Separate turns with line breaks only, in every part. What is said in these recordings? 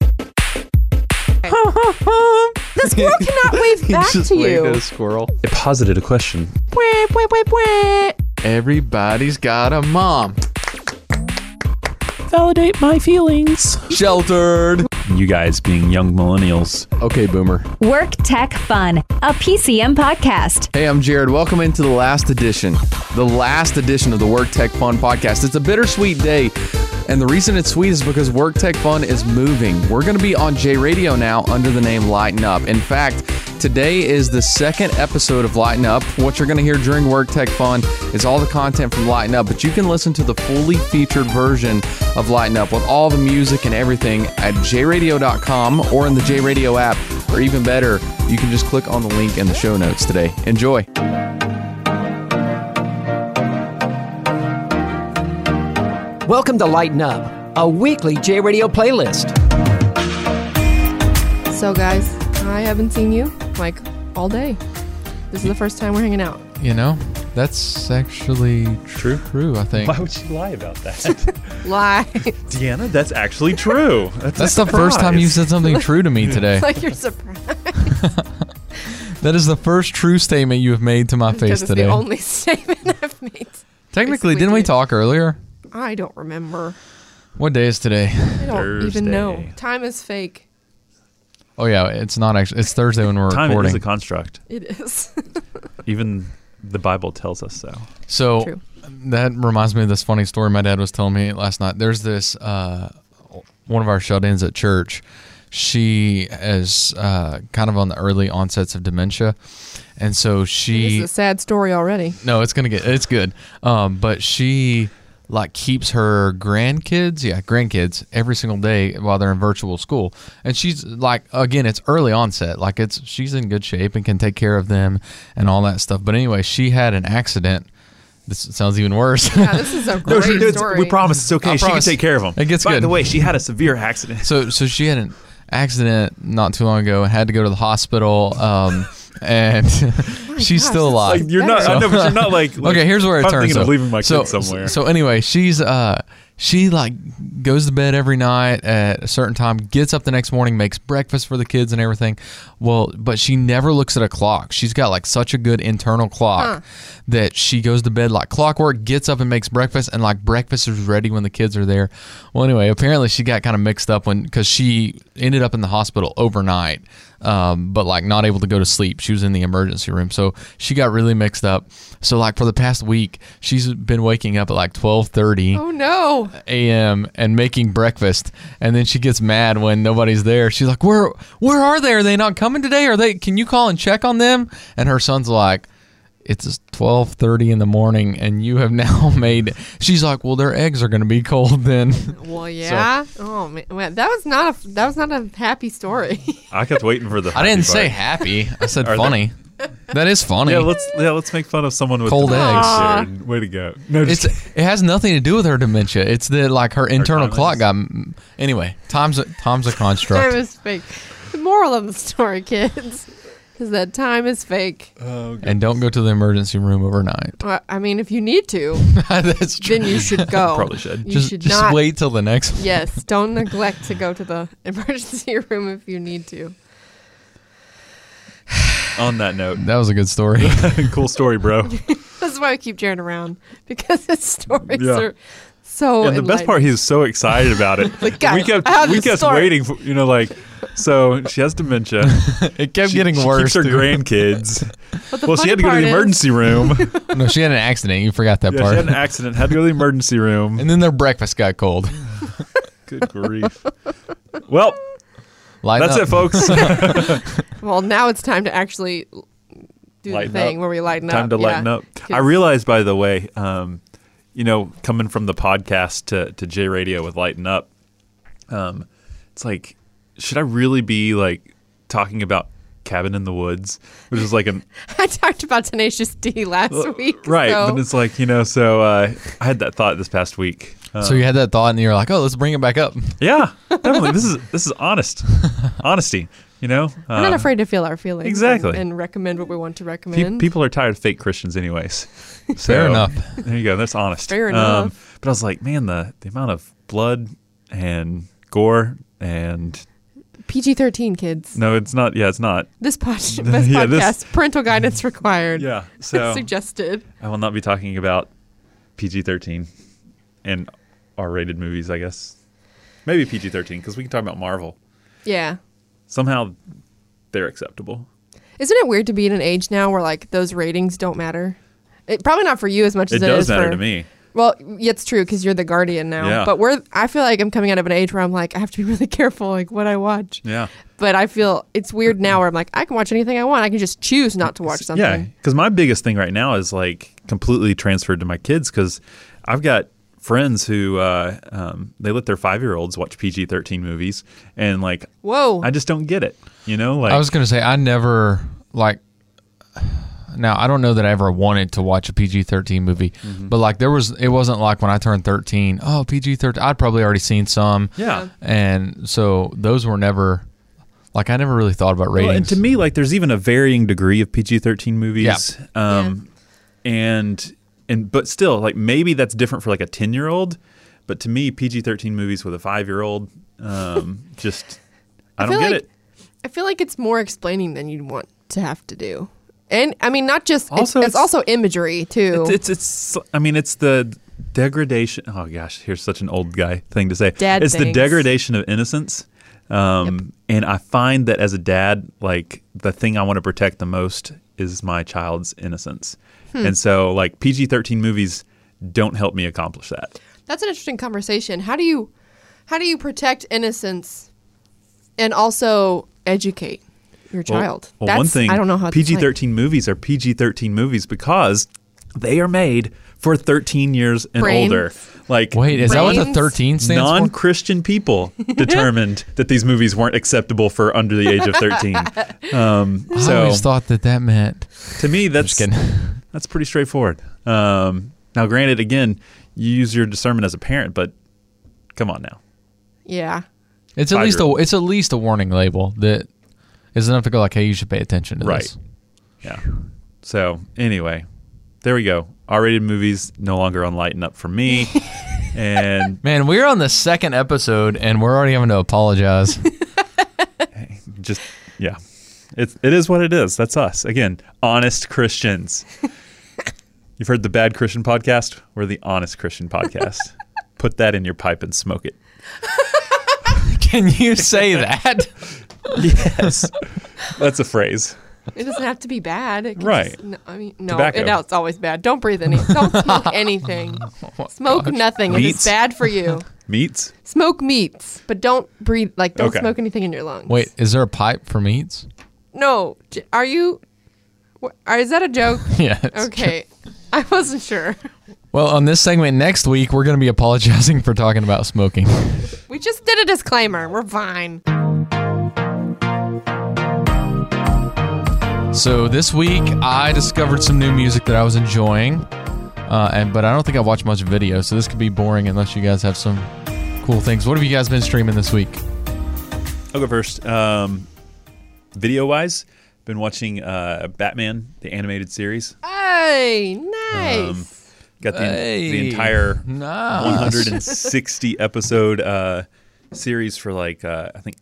Okay. the squirrel cannot wave back
just
to
waved at
you.
a squirrel.
It posited a question.
Wait, wait, wait, wait.
Everybody's got a mom.
Validate my feelings.
Sheltered.
You guys being young millennials.
Okay, boomer.
Work Tech Fun, a PCM podcast.
Hey, I'm Jared. Welcome into the last edition, the last edition of the Work Tech Fun podcast. It's a bittersweet day. And the reason it's sweet is because Work Tech Fun is moving. We're going to be on J Radio now under the name Lighten Up. In fact, today is the second episode of Lighten Up. What you're going to hear during Work Tech Fun is all the content from Lighten Up, but you can listen to the fully featured version of Lighten Up with all the music and everything at jradio.com or in the J Radio app, or even better, you can just click on the link in the show notes today. Enjoy.
Welcome to Lighten Up, a weekly J Radio playlist.
So, guys, I haven't seen you like all day. This is the first time we're hanging out.
You know, that's actually true. True, I think.
would you lie about that?
Lie.
Deanna, that's actually true. That's,
That's the first time you said something true to me today.
like you're surprised.
That is the first true statement you have made to my face
Because it's the
today.
only statement I've made.
Technically,
basically
didn't we
did.
talk earlier?
I don't remember.
What day is today?
I don't even know.
Thursday.
Time is fake.
Oh yeah, it's not actually. It's Thursday when we're
Time
recording.
is a construct.
It is.
Even the Bible tells us so.
So
True.
that reminds me of this funny story my dad was telling me last night. There's this uh, one of our shut-ins at church. She is uh, kind of on the early onsets of dementia, and so
this
she
is a sad story already.
no, it's gonna get it's good. Um, but she like keeps her grandkids, yeah, grandkids every single day while they're in virtual school. And she's like again, it's early onset. Like it's she's in good shape and can take care of them and all that stuff. But anyway, she had an accident. This sounds even worse.
Yeah, this is a great story.
we promise it's okay.
I
she
promise.
can take care of him.
It gets
By
good.
the way, she had a severe accident.
So so she had an accident not too long ago and had to go to the hospital. Um, and she's
Oh gosh,
still
that's
alive.
Like, you're not. I know, but you're not like. like,
okay, here's where it
I'm
turns.
thinking of
so-
leaving my
so,
kids somewhere.
So anyway, she's uh she like goes to bed every night at a certain time, gets up the next morning, makes breakfast for the kids and everything. Well, but she never looks at a clock. She's got like such a good internal clock that she goes to bed like clockwork, gets up and makes breakfast, and like breakfast is ready when the kids are there. Well, anyway, apparently she got kind of mixed up when because she ended up in the hospital overnight, um, but like not able to go to sleep. She was in the emergency room, so she got really mixed up. So like for the past week, she's been waking up at like twelve thirty
oh
Uh,
no!
a.m. and making breakfast, and then she gets mad when nobody's there. She's like, "Where, where are they? Are they not coming today? Are they? Can you call and check on them?" And her son's like, "It's twelve thirty in the morning, and you have now made." She's like, "Well, their eggs are going to be cold then."
Well, yeah. oh man, Well, that was not a that was not a happy story.
I kept waiting for the.
I didn't say
happy
happy. I said
Are they-
funny. That is funny.
part. Yeah, let's yeah let's make fun of someone with
Cold
dementia.
eggs.
Jared. Way to go. No,
it's
just,
it has nothing to do with her dementia. It's that like her internal
time
clock
is-
got anyway. Time's a, time's a
time
construct,
is fake. The moral of the story, kids, is that time is fake.
and don't go to the emergency room overnight.
Well, I mean, if you need to,
That's true.
then you should go.
Probably should.
You
just
should
just
not.
wait till the next one.
Yes, don't neglect to go to the emergency room if you need to.
on that note,
That was a good story.
cool story, bro.
That's why we keep Jared around because his stories
Yeah.
are so.
and the best part, he's so excited about it.
Like, guys,
we kept
I have
we
this
kept
story.
waiting for you know like. So she has dementia.
it kept
She-
getting
she
worse.
Keeps her
dude.
grandkids.
enlightening. But the
Well, she
funny
had to go to
part
the
is-
emergency room.
no, she had an accident. You forgot that
Yeah,
part.
she had an accident, had to go to the emergency room.
and then their breakfast got cold.
Good grief. Well,
Lighten
that's
up.
it, folks.
Well, now it's time to actually do
Lighten
the thing
up.
where we lighten
Time
up.
to lighten
yeah.
up. I realized, by the way, um, you know, coming from the podcast to, to J Radio with Lighten Up, um, it's like, should I really be like talking about Cabin in the Woods, which is like an
I talked about Tenacious D last week.
right?
so-
But it's like you know. So uh, I had that thought this past week. Um,
So you had that thought, and you're like, "Oh, let's bring it back up."
yeah, definitely. this is this is honest, honesty. You know,
We're not
Um,
afraid to feel our feelings. and-
exactly.
And, recommend what we want to
Pe-
recommend.
people are tired of fake Christians, anyways. So,
Fair enough.
There you go. That's honest. Um,
Fair enough.
but I was like, man, the, the amount of blood and gore and
PG thirteen kids.
No, it's not. Yeah, it's not.
This, pod- this
Yeah,
podcast
this-
parental guidance required.
Yeah. So
suggested.
I will not be talking about PG 13 and R rated movies, I guess. Maybe PG 13, because we can talk about Marvel.
Yeah.
Somehow they're acceptable.
Isn't it weird to be at an age now where like those ratings don't matter? It, probably not for you as much
It
as it
does
is
matter
for-
to me.
Well, yeah, it's true because you're the guardian now.
Yeah.
But we're I feel like I'm coming out of an age where I'm like I have to be really careful like what I watch.
Yeah.
But I feel it's weird now where I'm like I can watch anything I want. I can just choose not to watch something.
Yeah, because my biggest thing right now is like completely transferred to my kids because I've got friends who uh, um, they let their five year olds watch PG thirteen movies, and like
Whoa.
I just don't get it. You know, like
I was gonna say I never like. Now I don't know that I ever wanted to watch a PG thirteen movie,
Mm-hmm.
but like there was, it wasn't like when I turned thirteen. Oh, PG thirteen. I'd probably already seen some.
yeah.
and so those were never like I never really thought about ratings.
Well, and to me, like there's even a varying degree of PG thirteen movies. Um, and and but still, like maybe that's different for like a ten year old, but to me, PG thirteen movies with a five year old, um, just I, don't
feel
get
like
it.
I feel like it's more explaining than you'd want to have to do. And I mean not just it's-
Also,
it's,
it's-
also imagery too.
It's, it's it's I mean it's the degradation. Oh gosh, here's such an old guy thing to say.
Dad
it's the
things.
degradation of innocence. Um, And I find that as a dad, like the thing I want to protect the most is my child's innocence.
Hmm.
And so, like PG thirteen movies don't help me accomplish that.
That's an interesting conversation. How do you how do you protect innocence and also educate your child?
Well, well, one thing
I don't know how to
PG
explain.
thirteen movies are PG thirteen movies because they are made for thirteen years and
Brains.
older. Like
Wait, is that what the
Brains?
thirteen stands for?
non-Christian people determined that these movies weren't acceptable for under the age of 13. Um,
I
so
always thought that that meant.
to me, that's
Just kidding.
that's pretty straightforward. Um, now, granted, again, you use your discernment as a parent, but come on now.
Yeah.
It's at least a
Tiger.
it's at least a warning label that is enough to go like, hey, you should pay attention to
Right.
this.
Yeah. So anyway, there we go. R-rated movies no longer on Lighten Up for me. and
Man, we're on the second episode and we're already having to apologize.
just yeah, it it is what it is. That's us again, honest Christians. You've heard the Bad Christian podcast. We're the Honest Christian podcast. Put that in your pipe and smoke it.
Can you say that?
Yes, that's a phrase.
It doesn't have to be bad. It can
Right.
just- no, I mean, no,
Tobacco. Oh
it, it's always bad. Don't breathe any. Don't smoke anything. smoke nothing. if
Meats?
It's bad for you.
Meats.
Smoke meats, but don't breathe. Like, don't
Okay.
smoke anything in your lungs.
Wait, is there a pipe for meats?
No. J- Are you. wh- Are, is that a joke?
Yeah. it's-
Okay. I wasn't sure.
Well, on this segment next week, we're going to be apologizing for talking about smoking.
We just did a disclaimer. We're fine.
So this week, I discovered some new music that I was enjoying, uh, and but I don't think I watched much video, so this could be boring unless you guys have some cool things. What have you guys been streaming this week?
I'll go first. Um, video wise, been watching uh, Batman the animated series.
Hey, nice.
Um, Got the,
Hey.
the entire
Nice.
160 episode uh, series for like uh, I think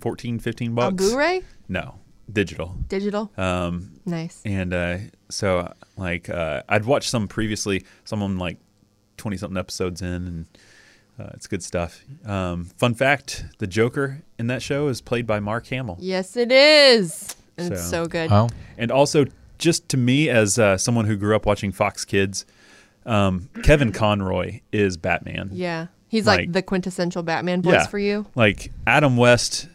14, 15 bucks.
On Blu-ray,
No, digital.
digital,
Um,
nice.
and uh, so like uh, I'd watched some previously, some of them like twenty something episodes in, and uh, it's good stuff. Um, fun fact: the Joker in that show is played by Mark Hamill,
Yes, it is. And it's
So-
so good.
Oh,
and also just to me as uh, someone who grew up watching Fox Kids. Um, Kevin Conroy is Batman.
Yeah, he's like,
Like-
the quintessential Batman voice for you.
Like Adam West,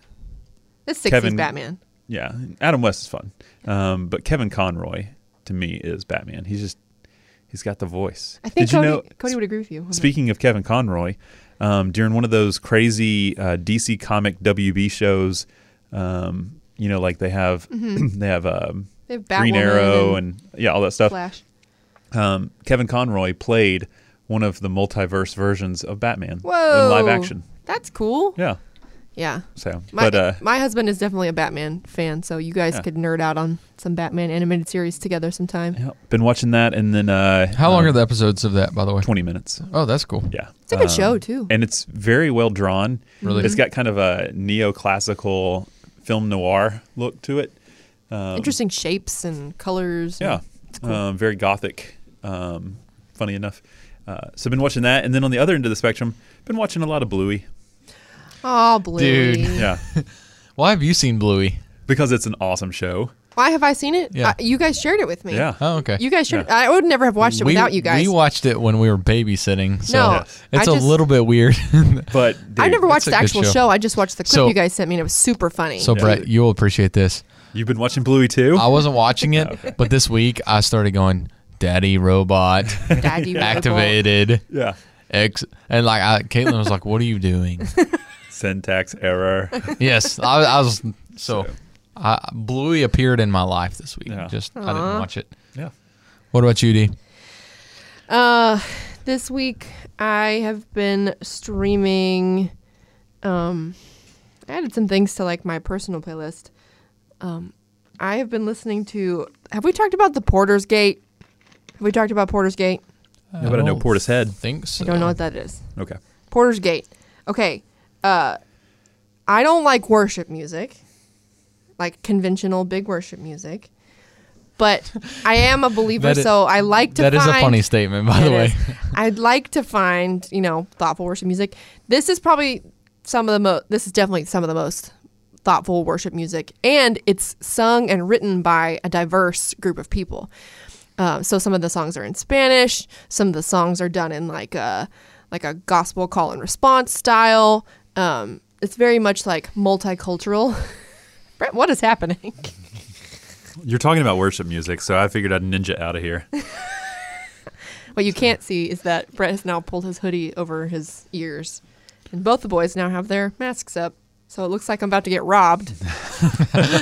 This sixties
Kevin-
Batman.
yeah, Adam West is fun. Um, but Kevin Conroy to me is Batman. He's just he's got the voice.
I think
Did you
Cody,
know?
Cody would agree with you. on that.
Speaking of Kevin Conroy, um, during one of those crazy uh, DC comic WB shows, um, you know, like they have they have, um,
Mm-hmm. They have
Green
Batwoman
Arrow
and
and, yeah, all that stuff.
Flash.
Um, Kevin Conroy played one of the multiverse versions of Batman
Whoa,
in live action.
That's cool.
Yeah.
Yeah.
So,
My,
but uh,
my husband is definitely a Batman fan, so you guys
Yeah.
could nerd out on some Batman animated series together sometime.
yeah, been watching that, and then uh,
How long
uh,
are the episodes of that, by the way?
Twenty minutes.
Oh, that's cool.
Yeah, Um,
It's a good show, too.
and it's very well drawn.
Really?
it's got kind of a neoclassical film noir look to it.
Interesting shapes and colors. and-
Um, Yeah, um, very gothic. Um, funny enough, uh, so been watching that, and then on the other end of the spectrum, been watching a lot of Bluey.
Oh, Bluey.
Dude.
Yeah,
Why have you seen Bluey?
because it's an awesome show.
Why have I seen it?
Yeah.
Uh, you guys shared it with me.
Yeah.
Oh, okay.
You guys should. I would never have watched it
we,
without you guys.
We watched it when we were babysitting, so
No,
it's
I
a
just-
little bit weird.
But
I
dude,
never watched
a
the
good
actual
show.
show. I just watched the clip
So-
you guys sent me, and it was super funny.
so, Brett, you'll appreciate this.
You've been watching Bluey too.
I wasn't watching it, but this week I started going, "Daddy Robot
Daddy Robot.
activated."
yeah.
X and like I, Caitlin was like, "What are you doing?"
Syntax error.
yes, I, I was so. I, Bluey appeared in my life this week.
Yeah.
Just I didn't watch it.
yeah.
What about you, D?
Uh, this week I have been streaming. Um, I added some things to like my personal playlist. Um, I have been listening to. Have we talked about the Porter's Gate? Have we talked about Porter's Gate?
Nobody know
don't
Portis Head.
Think so.
I don't know what that is.
Uh, oh. Okay.
Porter's Gate. Okay. Uh, I don't like worship music, like conventional big worship music, but I am a believer,
That is-
so I like to.
That is
find,
a funny statement, by the
It
way.
is. I'd like to find, you know, thoughtful worship music. This is probably some of the most, this is definitely some of the most thoughtful worship music. And it's sung and written by a diverse group of people. Uh, so some of the songs are in Spanish. Some of the songs are done in like a, like a gospel call and response style. Um, it's very much like multicultural. Brett, what is happening?
You're talking about worship music, so I figured I'd ninja out of here.
What you can't see is that Brett has now pulled his hoodie over his ears, and both the boys now have their masks up. So it looks like I'm about to get robbed.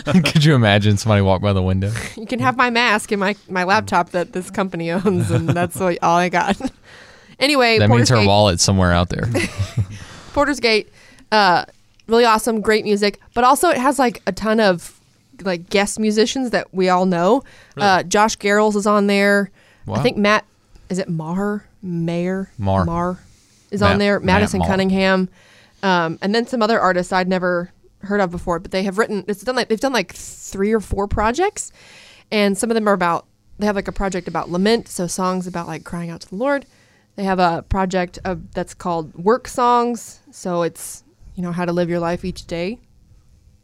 Could you imagine somebody walk by the window?
You can have my mask and my, my laptop that this company owns, and that's what, all I got. anyway,
That means
Porter's
her
Gate,
wallet's somewhere out there.
Porter's Gate, uh, really awesome, great music, but also it has like a ton of like guest musicians that we all know. Uh, Josh Garrels is on there.
Wow.
I think Matt is it Maher Mayer
Mar.
Mar is
Matt-
on there.
Matt
Madison
Maher.
Cunningham, um, and then some other artists I'd never heard of before, but they have written. It's done like they've done like three or four projects, and some of them are about. They have like a project about lament, so songs about like crying out to the Lord. They have a project of, that's called work songs, so it's you know how to live your life each day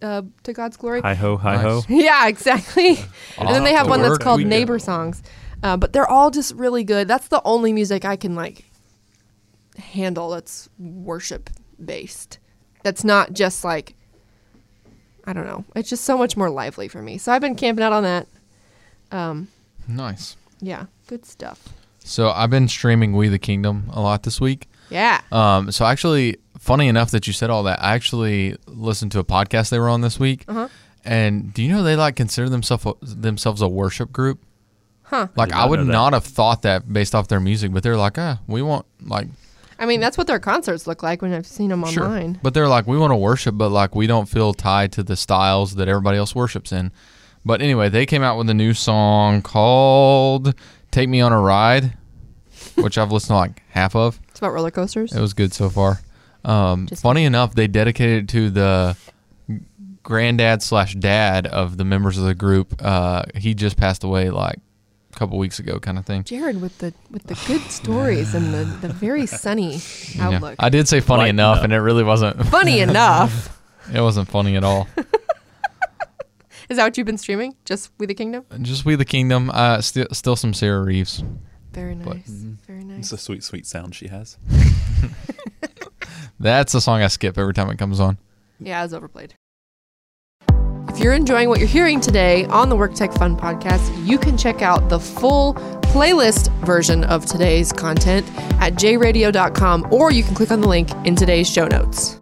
uh, to God's glory.
Hi ho, hi ho.
Nice.
Yeah, exactly. and then they
Off
have
to
one that's
work
called
we go.
Neighbor Songs. Uh, but they're all just really good. That's the only music I can like handle that's worship based. That's not just like I don't know. It's just so much more lively for me. So I've been camping out on that. Um,
nice.
yeah, good stuff.
So I've been streaming We the Kingdom a lot this week.
Yeah.
Um, so actually, funny enough that you said all that, I actually listened to a podcast they were on this week. And do you know they like consider themselves themselves a worship group? Huh. Like
did
I,
not
would
know that.
not have thought that based off their music, but they're like, ah, we want like
I mean, that's what their concerts look like when I've seen them online.
But they're like, we want to worship, but like we don't feel tied to the styles that everybody else worships in. But anyway, they came out with a new song called "Take Me on a Ride," which I've listened to like half of.
It's about roller coasters.
It was good so far. Um, funny enough, they dedicated it to the granddad slash dad of the members of the group. Uh, he just passed away like a couple weeks ago, kind of thing.
Jared with the with the good stories and the, the very sunny
Yeah.
outlook.
I did say funny
Lighten
enough,
up.
and it really wasn't.
Funny enough.
It wasn't funny at all.
Is that what you've been streaming? Just We the Kingdom?
Just we the kingdom. Uh, still, still some Sarah Reeves.
Very nice.
But-
Very
Mm-hmm. It's
nice.
a sweet, sweet sound she has.
That's a song I skip every time it comes on.
Yeah, it's overplayed. If you're enjoying what you're hearing today on the Work Tech Fun podcast, you can check out the full playlist version of today's content at jradio.com or you can click on the link in today's show notes.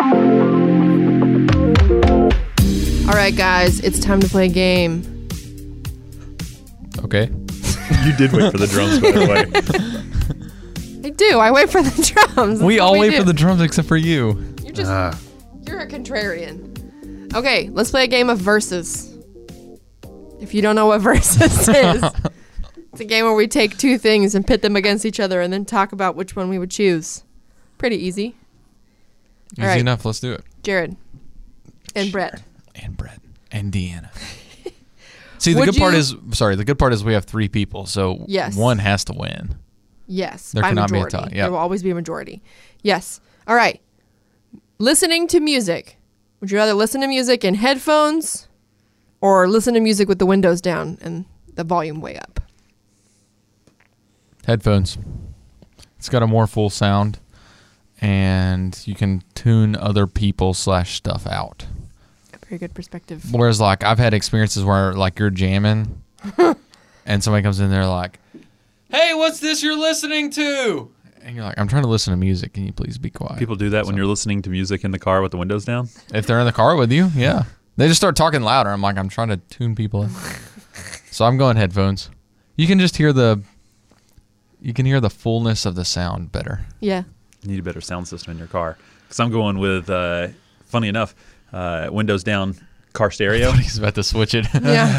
All right, guys, it's time to play a game.
Okay.
You did wait for the drums, by the way.
I do. I wait for the drums. That's
we
what
all wait for the
do.
Ah. drums except for you.
You're just you're a contrarian. Okay, let's play a game of verses. If you don't know what verses is, it's a game where we take two things and pit them against each other and then talk about which one we would choose. Pretty easy.
Easy
All right.
enough. Let's do it.
Jared and Brett.
And Brett and Deanna. See, the
Would
good part
you-
is sorry. The good part is we have three people, so
Yes.
one has to win.
Yes.
There
by
cannot be a
majority.
tie, yeah.
There will always be a majority. Yes. All right. Listening to music. Would you rather listen to music in headphones or listen to music with the windows down and the volume way up?
Headphones. It's got a more full sound, and you can tune other people slash stuff out.
Very good perspective.
Whereas, like, I've had experiences where, like, you're jamming and somebody comes in there, like, hey, what's this you're listening to? And you're like, I'm trying to listen to music. Can you please be quiet?
People do that when you're listening to music in the car with the windows down.
if they're in the car with you, yeah. They just start talking louder. I'm like, I'm trying to tune people in. so I'm going headphones. You can just hear the. You can hear the fullness of the sound better.
Yeah.
You need a better sound system in your car. Because I'm going with, uh, funny enough, uh, windows down car stereo.
He's about to switch it.
Yeah.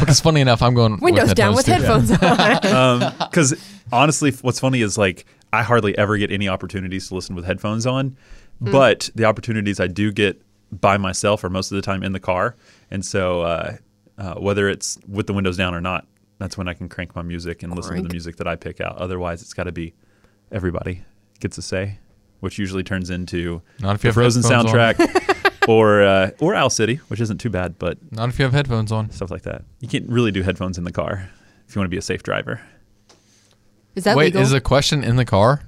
because funny enough, I'm going
Windows down with
too.
headphones on.
Because honestly, f- what's funny is like I hardly ever get any opportunities to listen with headphones on,
Hmm.
but the opportunities I do get by myself are most of the time in the car, and so uh, uh, whether it's with the windows down or not, that's when I can crank my music and listen to
Crank.
the music that I pick out. Otherwise, it's got to be everybody gets a say, which usually turns into
Not if you have
the Frozen
headphones on.
soundtrack or uh, or Owl City, which isn't too bad, but
Not if you have headphones on.
stuff like that. You can't really do headphones in the car if you want to be a safe driver.
Is that
Wait,
legal?
is the question in the car?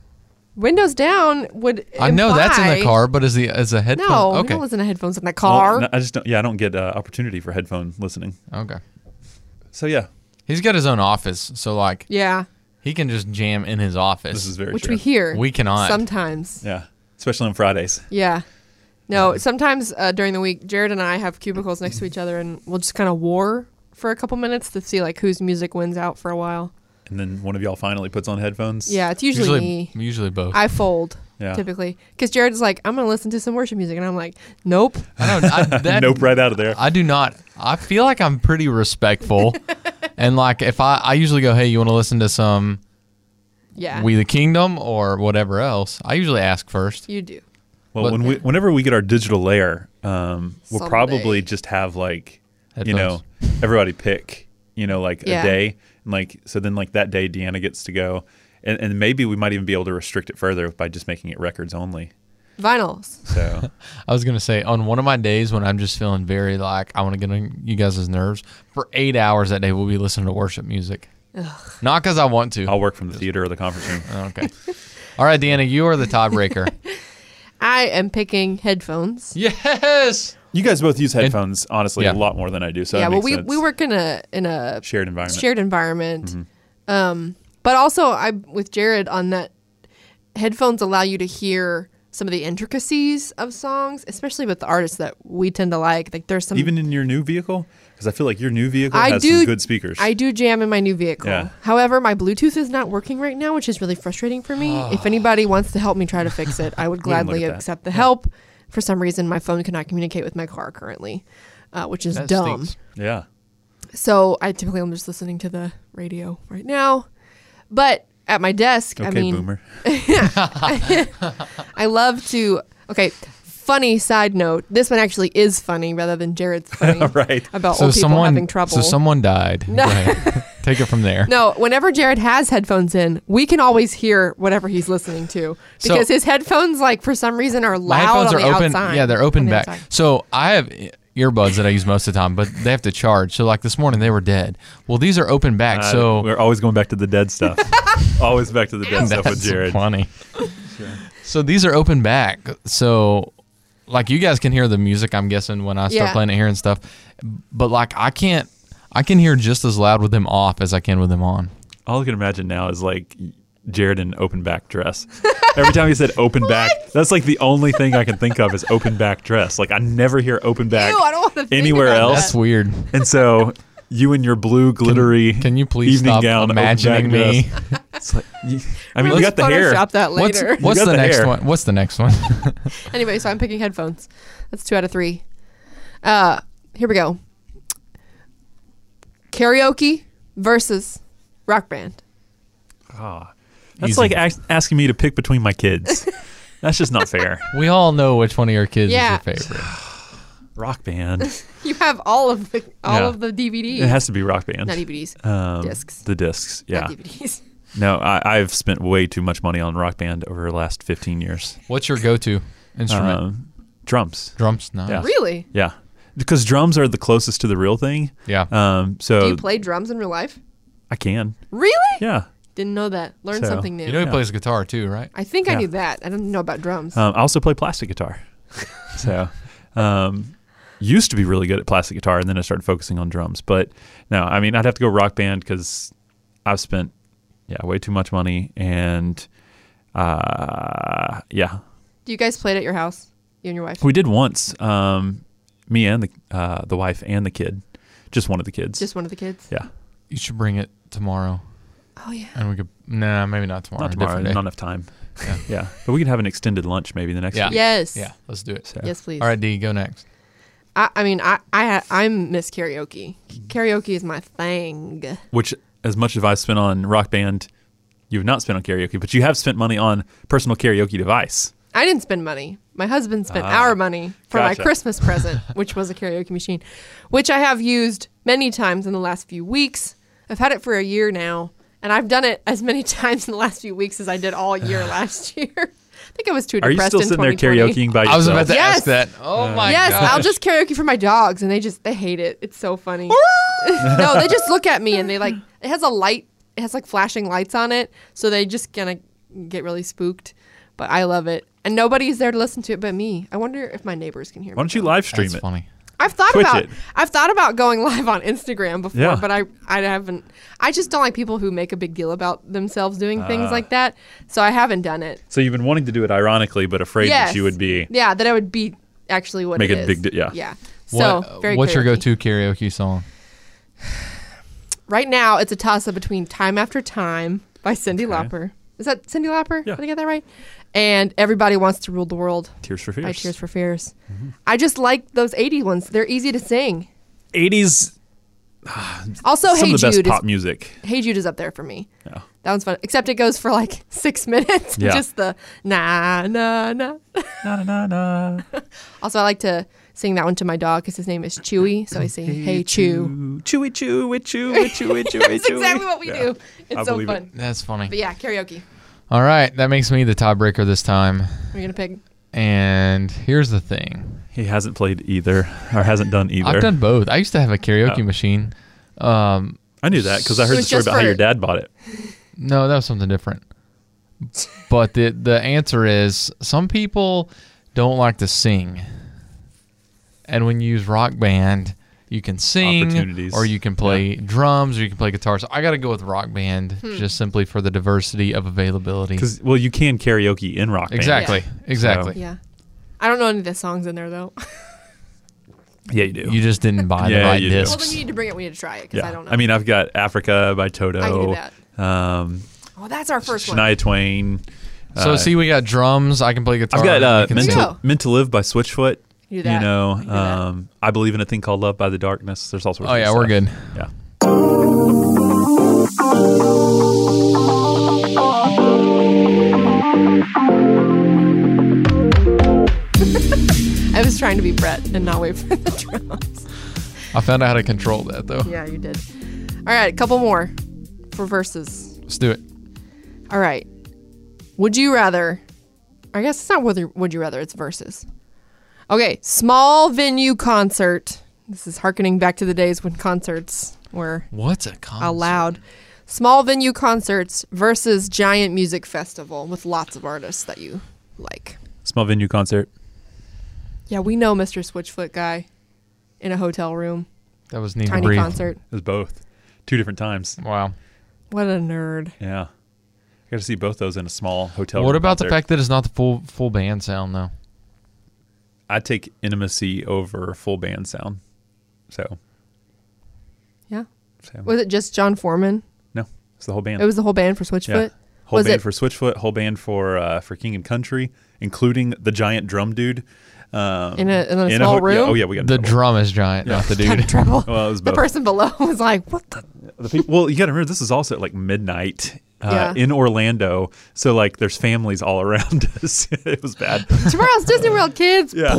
windows down would.
I know that's in the
imply-
car, but is the is a headphone?
No, you
okay,
don't listen to headphones in the
Well,
car.
no, I just don't. Yeah, I don't get uh, opportunity for headphone listening.
okay.
So yeah,
He's got his own office, so like
yeah,
he can just jam in his office.
this is very
which
true.
we hear.
We cannot.
sometimes.
yeah, especially on Fridays.
Yeah.
Um,
No, sometimes uh, during the week, Jared and I have cubicles next to each other, and we'll just kind of war for a couple minutes to see like whose music wins out for a while.
And then one of y'all finally puts on headphones.
Yeah, it's usually,
usually
me.
usually both. I,
I fold
Yeah.
typically because Jared's like, I'm gonna listen to some worship music, and I'm like, Nope.
don't. I, that,
Nope, right out of there.
I do not. I feel like I'm pretty respectful, and like if I I usually go, hey, you want to listen to some
Yeah,
We the Kingdom or whatever else. I usually ask first.
you do.
well,
But-
when we, whenever we get our digital layer, um, we'll
Someday.
probably just have like, you know,
Headphones.
everybody pick, you know, like
Yeah.
a day, and like so then like that day, Deanna gets to go, and, and maybe we might even be able to restrict it further by just making it records only.
Vinyls.
So
I was gonna say on one of my days when I'm just feeling very like I want to get on you guys' nerves for eight hours that day. We'll be listening to worship music, not because I want to. Oh,
I'll work from the theater or the conference room.
Okay. All right, Deanna, you are the tiebreaker.
I am picking headphones.
yes.
You guys both use headphones, honestly,
Yeah.
a lot more than I do. So
yeah,
that
well,
makes
we,
sense.
we work in a in a
shared environment. Mm-hmm.
shared environment, um, but also I with Jared on that headphones allow you to hear some of the intricacies of songs, especially with the artists that we tend to like. Like there's some
even in your new vehicle because i feel like your new vehicle
I
has
do
some good speakers
I do jam in my new vehicle.
Yeah.
However, my Bluetooth is not working right now, which is really frustrating for me. If anybody wants to help me try to fix it, I would
can look
gladly
at that.
accept the help. For some reason, my phone cannot communicate with my car currently, uh, which is
That
dumb.
stinks.
yeah
So I typically am just listening to the radio right now. But at my desk,
okay
I mean,
boomer
I love to. Okay, funny side note. This one actually is funny rather than Jared's funny
right
about
So
old people
someone.
having trouble.
So someone died. Go ahead. Take it from there.
no, whenever Jared has headphones in, we can always hear whatever he's listening to
So-
because his headphones, like for some reason, are
My headphones
loud on
are
the
open.
outside.
Yeah, they're
on
open
the
back.
outside.
So I have earbuds that I use most of the time, but they have to charge. So like this morning, they were dead. Well, these are open back.
Uh,
so
we're always going back to the dead stuff always back to the dead stuff with
That's
jared
Funny. So these are open back. So like you guys can hear the music I'm guessing when I start
Yeah.
playing it here and stuff. But like I can't I can hear just as loud with them off as I can with them on.
all i can imagine now is like jared in an open back dress every time he said open back that's like the only thing i can think of is open back dress like i never hear open back
Ew, I don't wanna think
anywhere
about
else
That's weird.
and so you and your blue glittery
Can you please
evening
stop
gown
imagining me?
It's like, you- I mean,
We'll
you
just
got the hair.
Photoshop that
What's,
later.
what's
got
the
the
next
hair.
one? What's the next one?
Anyway, so I'm picking headphones. That's two out of three. Uh, here we go. Karaoke versus rock band.
That's
Easy.
like ask, asking me to pick between my kids. That's just not fair.
we all know which one of your kids
Yeah.
is your favorite.
Rock band.
You have all of the all
Yeah.
of the DVDs,
It has to be rock band.
not DVDs,
um,
discs.
The discs. Yeah.
not DVDs.
No, I, I've spent way too much money on rock band over the last 15 years.
What's your go-to instrument?
Um, drums.
Drums, no.
yeah.
Really?
Yeah. Because drums are the closest to the real thing.
Yeah.
Um,
Do
so
you play drums in real life?
I can.
Really?
Yeah.
Didn't know that. Learned
So,
something new.
You know he
Yeah.
plays guitar too, right?
I think I
Yeah.
knew that. I don't know about drums.
Um, I also play plastic guitar. so, um, used to be really good at plastic guitar, and then I started focusing on drums. But no, I mean, I'd have to go rock band because I've spent yeah way too much money, and uh, yeah,
Do you guys play it at your house? You and your wife?
we did once. Um, me and the uh, the wife and the kid, just one of the kids.
Just one of the kids?
yeah,
You should bring it tomorrow,
Oh yeah.
and we could. Nah, maybe not tomorrow.
not
a
tomorrow,
different day.
not enough time.
Yeah.
Yeah. but we could have an extended lunch maybe the next
Yeah.
week.
Yes.
yeah, let's do it.
So,
Yes, please.
All right, D, go next.
I, I mean, I, I ha- I'm Miss Karaoke. Karaoke is my thing.
which as much as I've spent on rock band, you've not spent on karaoke, but you have spent money on personal karaoke device.
I didn't spend money. My husband spent our money for
Ah, Gotcha.
my Christmas present, which was a karaoke machine, which I have used many times in the last few weeks. I've had it for a year now, and I've done it as many times in the last few weeks as I did all year last year. I think I was too
Are you
depressed
still
in
sitting there
2020.
karaokeing by yourself?
I was about to
Yes.
ask that. Oh my
yes,
gosh.
I'll just karaoke for my dogs, and they just they hate it. It's so funny. no, they just look at me and they like. It has a light. It has like flashing lights on it, so they just kind of get really spooked. But I love it, and nobody's there to listen to it but me. I wonder if my neighbors can hear.
Why
me.
don't you live stream
That's
it?
funny.
I've thought
Twitch
about
it?
I've thought about going live on Instagram before,
Yeah.
but I I haven't. I just don't like people who make a big deal about themselves doing things
Ah.
like that, so I haven't done it.
So you've been wanting to do it ironically, but afraid that you would be.
Yeah, that I would be actually what
Make
it
a
is.
big di- yeah.
Yeah. So
What-
very
what's your go-to
karaoke.
karaoke song?
Right now, it's a toss up between Time After Time by Cindy Lauper. Is that Cindy Lauper?
Yeah.
Did I get that right? And Everybody Wants to Rule the World
Tears for
by
Fears.
Tears for Fears.
Mm-hmm.
I just like those 80 ones. They're easy to sing.
80s,
Also,
some
Oh, Hey
of the best
Jude.
pop
Is,
music.
hey Jude is up there for me.
Yeah.
That one's fun. Except it goes for like six minutes.
Yeah.
just the na, na, na.
na, na, na, na.
Also, I like to sing that one to my dog because his name is Chewy. So I say, Hey, Chew.
Chewy, chewy, chewy, chewy, chewy,
That's exactly what we
Yeah.
do. It's
I
so
believe it.
fun.
That's
But
funny.
yeah, karaoke.
All right, that makes me the tiebreaker this time.
We're going to pick.
And here's the thing.
He hasn't played either, or hasn't done either.
I've done both. I used to have a karaoke
Oh.
machine. Um,
I knew that because I
It
heard the
was
story
just
about how
for-
your dad bought it.
No, that was something different. But the the answer is some people don't like to sing. And when you use rock band, you can sing
Opportunities.
or you can play drums or you can play guitar. So I got to go with rock band
Hmm.
just simply for the diversity of availability.
Because well, you can karaoke in rock. Band.
Exactly. Exactly.
Yeah. I don't know any of the songs in there though.
Yeah, you do.
You just didn't buy the
Yeah,
right
you do.
well, then
discs.
you need to bring it. We need to try it because
yeah.
I don't know.
mean, I've got Africa by Toto.
I can do
that. Um,
oh, that's our first one.
Shania Twain.
so
uh,
see, we got drums. I can play guitar.
I've got
you
uh,
can
meant,
sing.
Yeah.
to, meant to Live by Switchfoot.
do
You
that.
know,
I can do that.
um, I believe in a thing called Love by the Darkness. There's all sorts.
Oh
of
yeah,
stuff.
we're good.
Yeah.
I was trying to be Brett and not wait for the drums.
I found out how to control that though.
Yeah, you did. All right, a couple more for verses.
Let's do it.
All right. Would you rather? I guess it's not whether would you rather. It's verses. Okay, small venue concert. This is harkening back to the days when concerts
Mm,
were
What's a concert?
allowed. Small venue concerts versus giant music festival with lots of artists that you like.
Small venue concert.
Yeah, we know Mr. Switchfoot guy in a hotel room,
That was need to
tiny
breathe.
concert.
It was both, two different times.
Wow.
What a nerd.
Yeah. I got to see both those in a small hotel.
What
room
about the
concert.
fact that it's not the full full band sound though?
I take intimacy over full band sound. So
Yeah.
Sam.
Was it just John Foreman?
No, it's the whole band.
It was the whole band for Switchfoot.
Whole
was
band
it
for Switchfoot, whole band for uh, for King and Country, including the giant drum dude. Um,
In a- in a small
ho- yeah,
room?
oh yeah, we got in
The
trouble.
drum is giant, not the
kind
dude.
of trouble?
Well, it was
the
both.
person below was like, "What the?"
The peop- well, you got to remember this is also at like midnight. Uh,
Yeah.
In Orlando, so like there's families all around us. it was bad.
Tomorrow's Disney World, kids.
Yeah,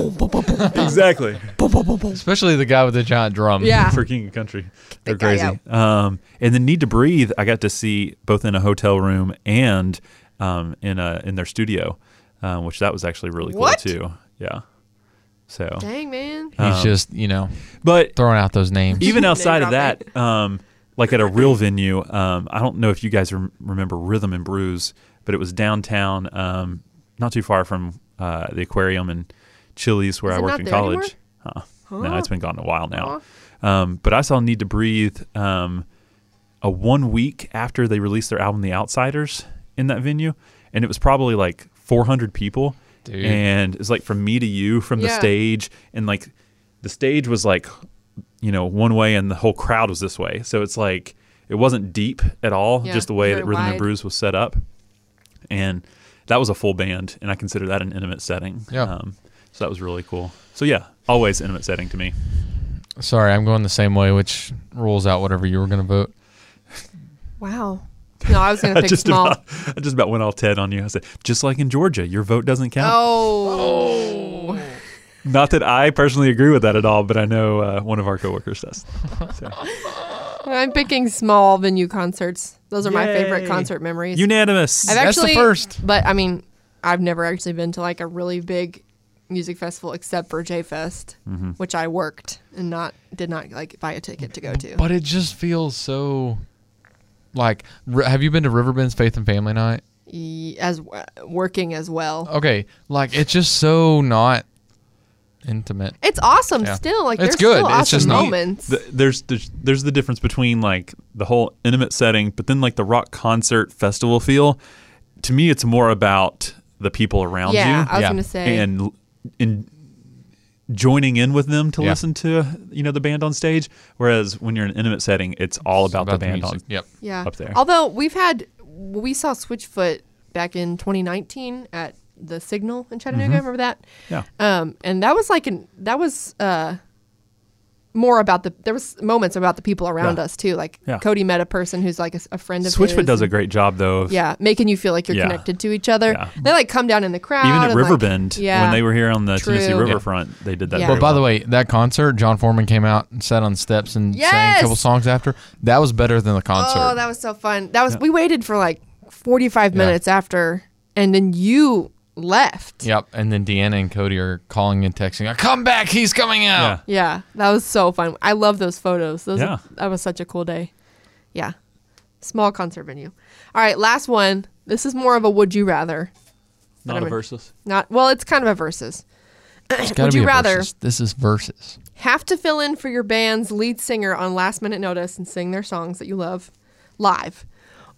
exactly.
Especially the guy with the giant drum.
Yeah.
for King of Country. They're
guy
crazy. Um, and then Need to Breathe, I got to see both in a hotel room and um, in a in their studio, um, which that was actually really cool
What?
too. Yeah. So,
Dang man.
He's
Um,
just, you know,
but
throwing out those names.
even outside of
dropping.
that, um, like at a real venue, um, I don't know if you guys rem- remember Rhythm and Brews, but it was downtown, um, not too far from uh, the aquarium and Chili's where
Is
I
it
worked
not
in
there
college. Huh. No, it's been gone a while now. Um, but I saw Need to Breathe um, a one week after they released their album The Outsiders in that venue, and it was probably like 400 people,
Dude.
and it's like from me to you from the
Yeah.
stage, and like the stage was like you know one way, and the whole crowd was this way, so it's like it wasn't deep at all,
Yeah,
just the way
very
that Rhythm
wide.
and Brews was set up, and that was a full band, and I consider that an intimate setting. Um,
Yeah.
so that was really cool. So yeah, always intimate setting to me.
Sorry, I'm going the same way, which rules out whatever you were going to vote.
Wow. No, I was gonna
I
pick
just
small.
about I just about went all Ted on you. I said, just like in Georgia, your vote doesn't count.
Oh.
Not that I personally agree with that at all, but I know uh, one of our coworkers does. So.
I'm picking small venue concerts. Those are my favorite
Yay.
concert memories.
Unanimous.
I've
That's the
actually
first.
but I mean, I've never actually been to like a really big music festival except for J Fest,
Mm-hmm.
which I worked and not did not like buy a ticket to go to.
But it just feels so like r- have you been to Riverbend's Faith and Family Night?
E- as w- working as well.
Okay, like it's just so not intimate.
It's awesome
Yeah.
still. Like
It's
there's
good.
still
It's
awesome
just not-
moments.
Th- there's, there's there's the difference between like the whole intimate setting, but then like the rock concert festival feel. To me, it's more about the people around you.
yeah, I was
Yeah.
gonna say.
and l- in joining in with them to
Yeah.
listen to you know the band on stage whereas when you're in an intimate setting it's all about, the band on
music. Yep.
yeah.
up there.
Although we've had, we saw Switchfoot back in 2019 at the Signal in Chattanooga. Remember that?
Mm-hmm. Yeah.
Um, and that was like an that was uh, more about the there was moments about the people around
Yeah.
us too. Like
Yeah.
Cody met a person who's like a, s- a friend of
Switchfoot
his
does a
and-
great job though of
Yeah, making you feel like you're
Yeah.
connected to each other.
Yeah.
They like come down in the crowd.
Even
and,
at
like-
Riverbend,
yeah,
when they were here on the Tennessee
True.
Riverfront, they did that.
Yeah.
very
But by the
well.
way, that concert, John Foreman came out and sat on steps and sang a
Yes!
couple songs after. That was better than the concert.
Oh, that was so fun. That was we waited for like 45 minutes after, and then you left.
yep. And then Deanna and Cody are calling and texting, "I "Come back! He's coming out!"
Yeah, that was so fun. I love those photos. Those
Yeah.
that was such a cool day. Yeah. Small concert venue. All right, last one. This is more of a would you rather.
not
I'm
a
in-
versus.
Not well, it's kind of a versus.
It's gotta
Would
be
you
a
rather
versus. This is versus.
have to fill in for your band's lead singer on last minute notice and sing their songs that you love live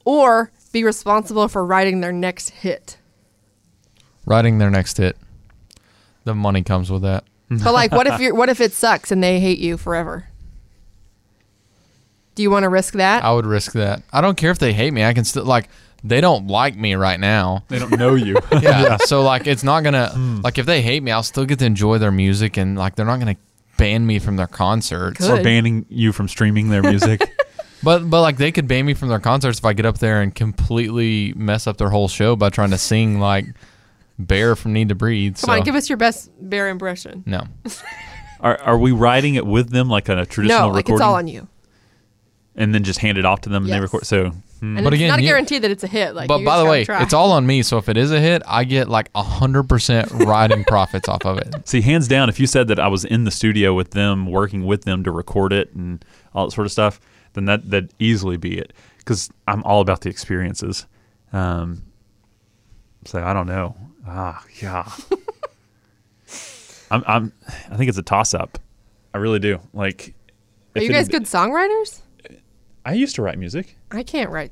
or be responsible for writing their next hit?
Writing their next hit. The money comes with that.
But like what if you are what if it sucks and they hate you forever? Do you want to risk that?
I would risk that. I don't care if they hate me. I can still like they don't like me right now.
They don't know you.
Yeah. Hmm. So like it's not gonna like if they hate me, I'll still get to enjoy their music and like they're not gonna ban me from their concerts.
Good.
or banning you from streaming their music.
But but like they could ban me from their concerts if I get up there and completely mess up their whole show by trying to sing like Bear from Need to Breathe.
Come
so.
on, give us your best bear impression.
no.
are, are we writing it with them like on a traditional
no, like
recording? Mm.
it's all on you.
And then just hand it off to them and
Yes.
they record. So hmm.
And
But
it's
again,
not a
you-
guarantee that it's a hit. Like,
but
you
by
just
the
gotta
way,
try.
it's all on me. So if it is a hit, I get like hundred percent riding profits off of it.
See, hands down, if you said that I was in the studio with them, working with them to record it and all that sort of stuff, then that that'd easily be it. Because I'm all about the experiences. Um, so I don't know. Ah, yeah. I'm, I'm. I think it's a toss up. I really do. Like,
Are
if
you guys
it-
good songwriters?
I used to write music.
I can't write.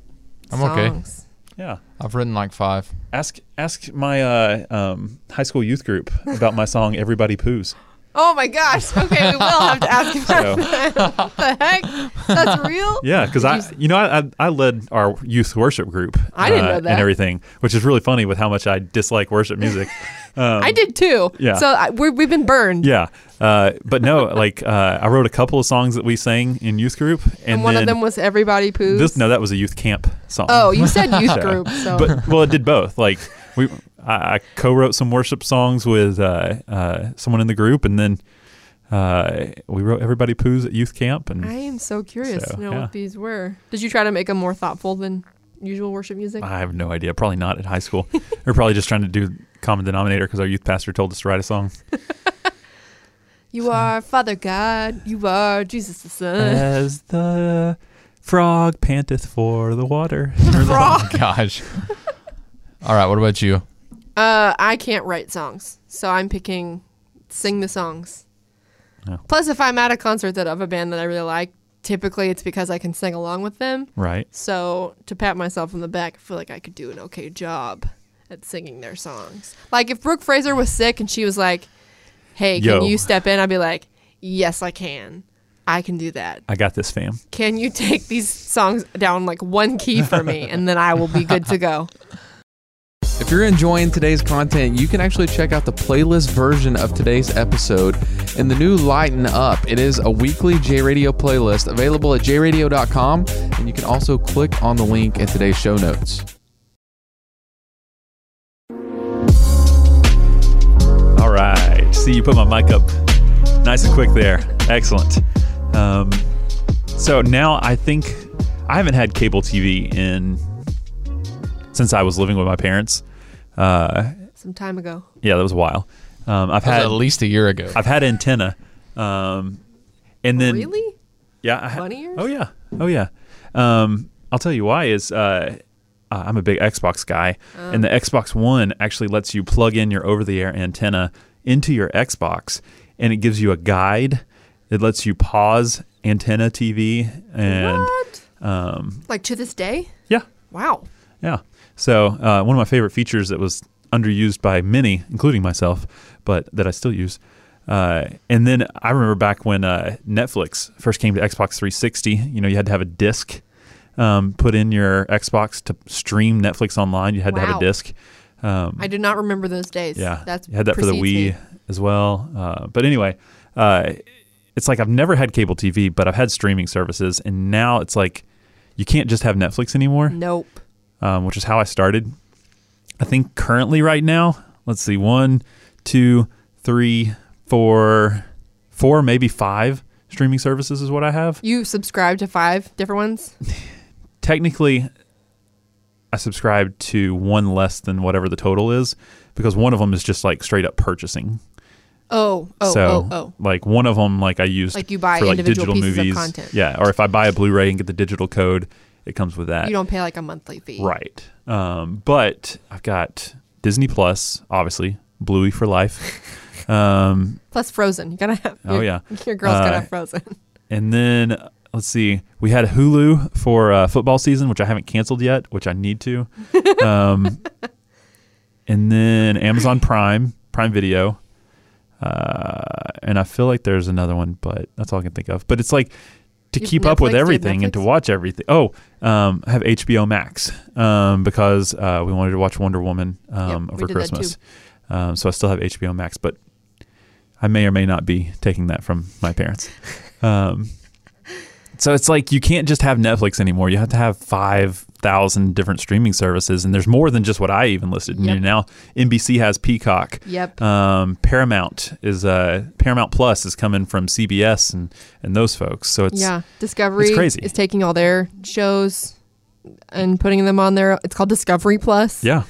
I'm okay.
songs.
Yeah.
I've written like five.
Ask ask my uh, um, high school youth group about my song "Everybody Poos."
Oh my gosh. Okay, we will have to ask him.
So,
the heck? That's real?
yeah, because I, you know, I, I I led our youth worship group. uh,
I didn't know that.
and everything, which is really funny with how much I dislike worship music. Um,
I did too.
Yeah.
So I, we're, we've been burned.
Yeah, uh, but no, like uh, I wrote a couple of songs that we sang in youth group, and,
And, one
then
of them was Everybody Poos.
this. No, that was a youth camp song.
Oh, you said youth
So-
group. So
but well, it did both. Like we, I, I co-wrote some worship songs with uh, uh, someone in the group, and then uh, we wrote "Everybody Poos" at youth camp, and
I am so curious
So,
to know
yeah.
what these were. Did you try to make them more thoughtful than usual worship music?
I have no idea. Probably not at high school. we are probably just trying to do common denominator because our youth pastor told us to write a song.
you are Father God. You are Jesus the Son.
As the frog panteth for the water.
Frog.
Oh Gosh. All right. What about you?
Uh, I can't write songs, so I'm picking sing the songs.
Oh.
Plus, if I'm at a concert that of a band that I really like, typically it's because I can sing along with them.
right.
So to pat myself on the back, I feel like I could do an okay job at singing their songs. Like if Brooke Fraser was sick and she was like, "Hey, can
Yo.
you step in?" I'd be like, "Yes, I can. I can do that.
I got this, fam.
Can you take these songs down like one key for me, and then I will be good to go."
If you're enjoying today's content, you can actually check out the playlist version of today's episode in the new Lighten Up. It is a weekly J Radio playlist available at jradio.com, and you can also click on the link in today's show notes.
All right. See, you put my mic up nice and quick there. Excellent. Um, so now I think I haven't had cable TV in since I was living with my parents. Uh,
Some time ago,
yeah, that was a while. Um, I've
That was
had
at least a year ago.
I've had antenna, um, and then
really?
yeah, I ha-
Bunny ears?
Oh yeah, oh yeah. Um, I'll tell you why is uh, uh, I'm a big Xbox guy, and the Xbox One actually lets you plug in your over-the-air antenna into your Xbox, and it gives you a guide. It lets you pause antenna TV, and
What?
Um,
Like to this day?
yeah,
Wow.
yeah. So uh, one of my favorite features that was underused by many, including myself, but that I still use. Uh, and then I remember back when uh, Netflix first came to Xbox 360. You know, you had to have a disc um, put in your Xbox to stream Netflix online. You had to have
Wow.
a disc. Um,
I do not remember those days.
yeah,
That's
you had that for the Wii
precedes me.
as well. Uh, but anyway, uh, it's like I've never had cable TV, but I've had streaming services, and now it's like you can't just have Netflix anymore
Nope.
um, which is how I started. I think currently, right now, let's see, one, two, three, four, four, maybe five streaming services is what I have.
You subscribe to five different ones?
Technically, I subscribe to one less than whatever the total is because one of them is just like straight up purchasing.
Oh, oh,
so,
oh, oh.
like one of them, like I used
Like you buy
for like digital
individual pieces of
movies,
content.
yeah. Or if I buy a Blu-ray and get the digital code, it comes with that.
You don't pay like a monthly fee.
uh, Right. Um, but I've got Disney Plus, obviously, Bluey for life. um,
Plus Frozen. You gotta have.
Oh,
your-
yeah.
Your girl's
Uh,
gotta have Frozen.
and then uh, let's see, we had Hulu for uh, football season, which I haven't canceled yet, which I need to. Um, and then Amazon Prime, Prime Video. Uh, and I feel like there's another one, but that's all I can think of. But it's like to
You've
keep up with
Netflixed, you have
everything and to
Netflix?
watch everything. Oh, um, I have HBO Max um, because uh, we wanted to watch Wonder Woman um,
Yep, we
over
did that
Christmas. Um, so I still have HBO Max, but I may or may not be taking that from my parents. um, so it's like you can't just have Netflix anymore. You have to have 5,000 different streaming services, and there's more than just what I even listed. You
Yep.
know, now NBC has Peacock.
Yep.
Um, Paramount is uh, Paramount Plus is coming from CBS and and those folks. So it's
yeah. Discovery
it's crazy.
is taking all their shows and putting them on their. It's called Discovery Plus.
yeah,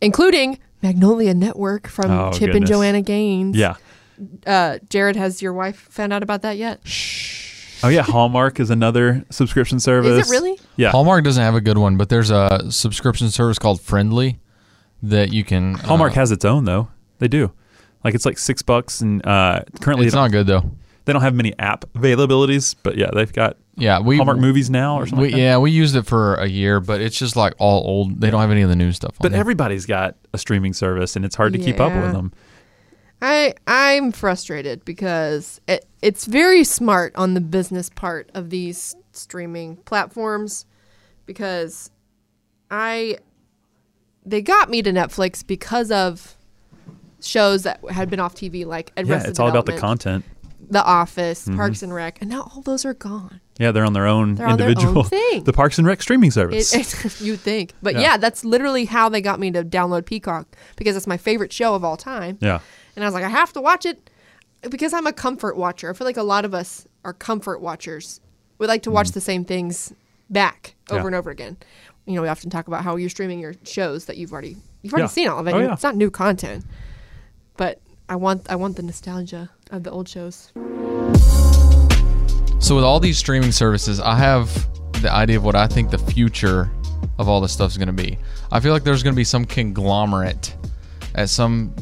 Including Magnolia Network from
Oh,
Chip and
goodness.
Joanna Gaines.
yeah.
Uh, Jared, has your wife found out about that yet?
Oh yeah, Hallmark is another subscription service.
really?
Yeah.
Hallmark doesn't have a good one, but there's a subscription service called Friendly that you can. uh,
Hallmark has its own though. They do. Like it's like six bucks, and uh, currently
It's
they don't,
not good though.
they don't have many app availabilities, but yeah, they've got
Yeah, we
Hallmark movies now or something.
We,
like that.
yeah, we used it for a year, but it's just like all old. They don't have any of the new stuff. On
But
there.
everybody's got a streaming service, and it's hard to keep up
Yeah.
with them.
I I'm frustrated because it, it's very smart on the business part of these streaming platforms because I they got me to Netflix because of shows that had been off TV like
Yeah,
Arrested
it's all about the Mm-hmm.
Development,
content.
The Office, Parks and Rec, and now all those are gone.
Yeah, they're on their own
They're on their own
individual.
thing.
The Parks and Rec streaming service.
It, you think, but
Yeah.
yeah, that's literally how they got me to download Peacock because it's my favorite show of all time.
yeah.
And I was like, I have to watch it because I'm a comfort watcher. I feel like a lot of us are comfort watchers. We like to watch the same things back over
Yeah.
and over again. You know, we often talk about how you're streaming your shows that you've already you've already
Yeah.
seen all of it.
Oh, yeah.
It's not new content. But I want I want the nostalgia of the old shows.
So with all these streaming services, I have the idea of what I think the future of all this stuff is going to be. I feel like there's going to be some conglomerate at some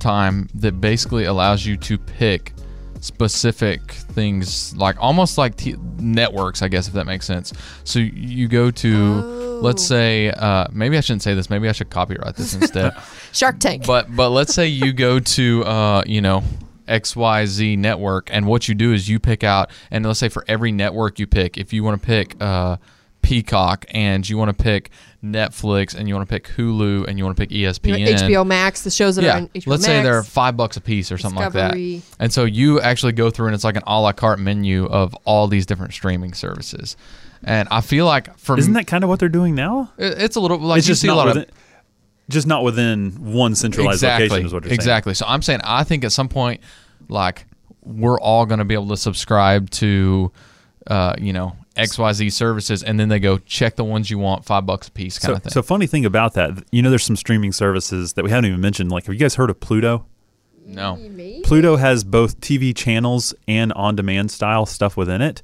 time that basically allows you to pick specific things like almost like t- networks i guess if that makes sense so you go to let's say uh, maybe i shouldn't say this maybe i should copyright this instead
Shark Tank.
But but let's say you go to uh, you know XYZ network and what you do is you pick out and let's say for every network you pick, if you want to pick uh, Peacock and you want to pick Netflix and you want to pick Hulu and you want to pick E
You
ESPN.
know, HBO Max, the shows that are
Yeah,
on HBO
let's
Max.
say they're five bucks a piece or something like
Discovery.
that. And so you actually go through and it's like an a la carte menu of all these different streaming services. And I feel like for
Isn't
me,
that kind of what they're doing now?
it- it's a little like
it's
you
just
see a
not
lot of
within, just not within one centralized location is what you're saying.
exactly. So I'm saying I think at some point, like we're all going to be able to subscribe to, uh, you know, X Y Z services, and then they go check the ones you want, five bucks a piece, kind
So,
of thing.
so funny thing about that, you know, there's some streaming services that we haven't even mentioned. Like, have you guys heard of Pluto?
no,
Pluto has both TV channels and on-demand style stuff within it.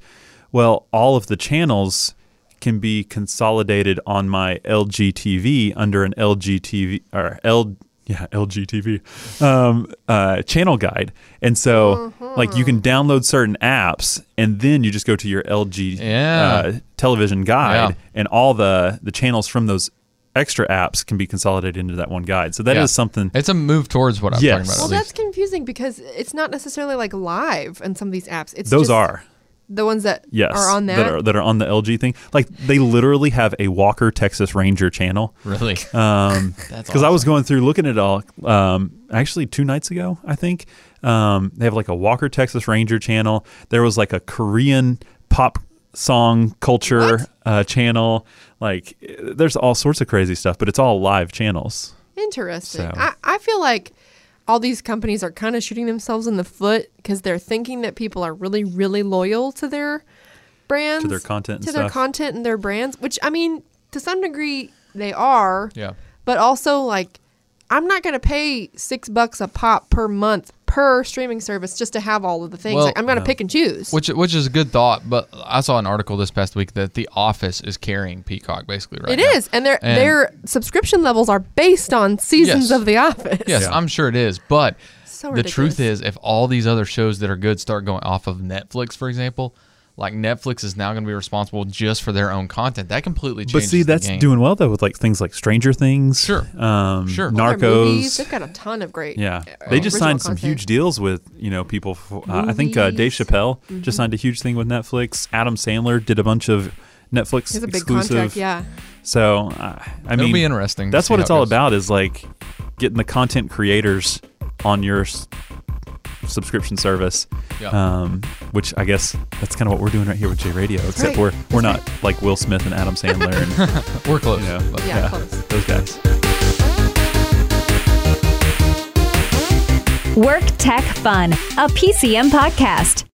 Well, all of the channels can be consolidated on my LG TV under an LG TV or L yeah LG TV um, uh, channel guide, and so like you can
Mm-hmm.
download certain apps and then you just go to your LG
Yeah.
uh, television guide,
Yeah.
and all the the channels from those extra apps can be consolidated into that one guide. So that is
Yeah.
something.
It's a move towards what I'm
Yes.
talking about.
well,
at
that's
least.
confusing because it's not necessarily like live in some of these apps. It's
those
just
are.
the ones that
yes,
are on that.
are, that are on the LG thing. Like they literally have a Walker Texas Ranger channel.
really.
Um, because
That's
I was going through looking at it all, um, actually two nights ago, I think. Um, they have like a Walker Texas Ranger channel. There was like a Korean pop song culture uh, channel. Like eh, there's all sorts of crazy stuff, but it's all live channels.
Interesting.
So-
I, I feel like all these companies are kind of shooting themselves in the foot because they're thinking that people are really, really loyal to their brands,
content and
to their
stuff.
content and their brands. Which I mean, to some degree, they are.
Yeah.
But also, like, I'm not going to pay six bucks a pop per month per streaming service just to have all of the things.
Well-
like, I'm going to pick and choose.
Which, which is a good thought, but I saw an article this past week that The Office is carrying Peacock basically right
it
now.
is, and their
And-
their subscription levels are based on seasons
Yes.
of The Office.
Yes, I'm sure it is. But
So
the truth
ridiculous.
is, if all these other shows that are good start going off of Netflix, for example, like Netflix is now going to be responsible just for their own content. That completely
But
changes.
see,
the
that's
game.
doing well though with like things like Stranger Things,
Sure.
um,
Sure. Or
Other movies,
Narcos,
They've got a ton of great.
Yeah,
uh,
they just
original
signed some
content.
huge deals with you know people. For, uh, I think uh, Dave Chappelle
Mm-hmm.
just signed a huge thing with Netflix. Adam Sandler did a bunch of Netflix
He has a big
exclusive.
contract. Yeah.
So uh, I
It'll
mean,
be interesting to
That's
see
what
how
it's
it
all
goes.
about is like getting the content creators on your s- subscription service.
Yeah.
Um, which I guess that's kind of what we're doing right here with J Radio, except
right.
we're we're not like Will Smith and Adam Sandler and
We're close.
you know
but-
Yeah, close.
those guys.
Work Tech Fun, a PCM podcast.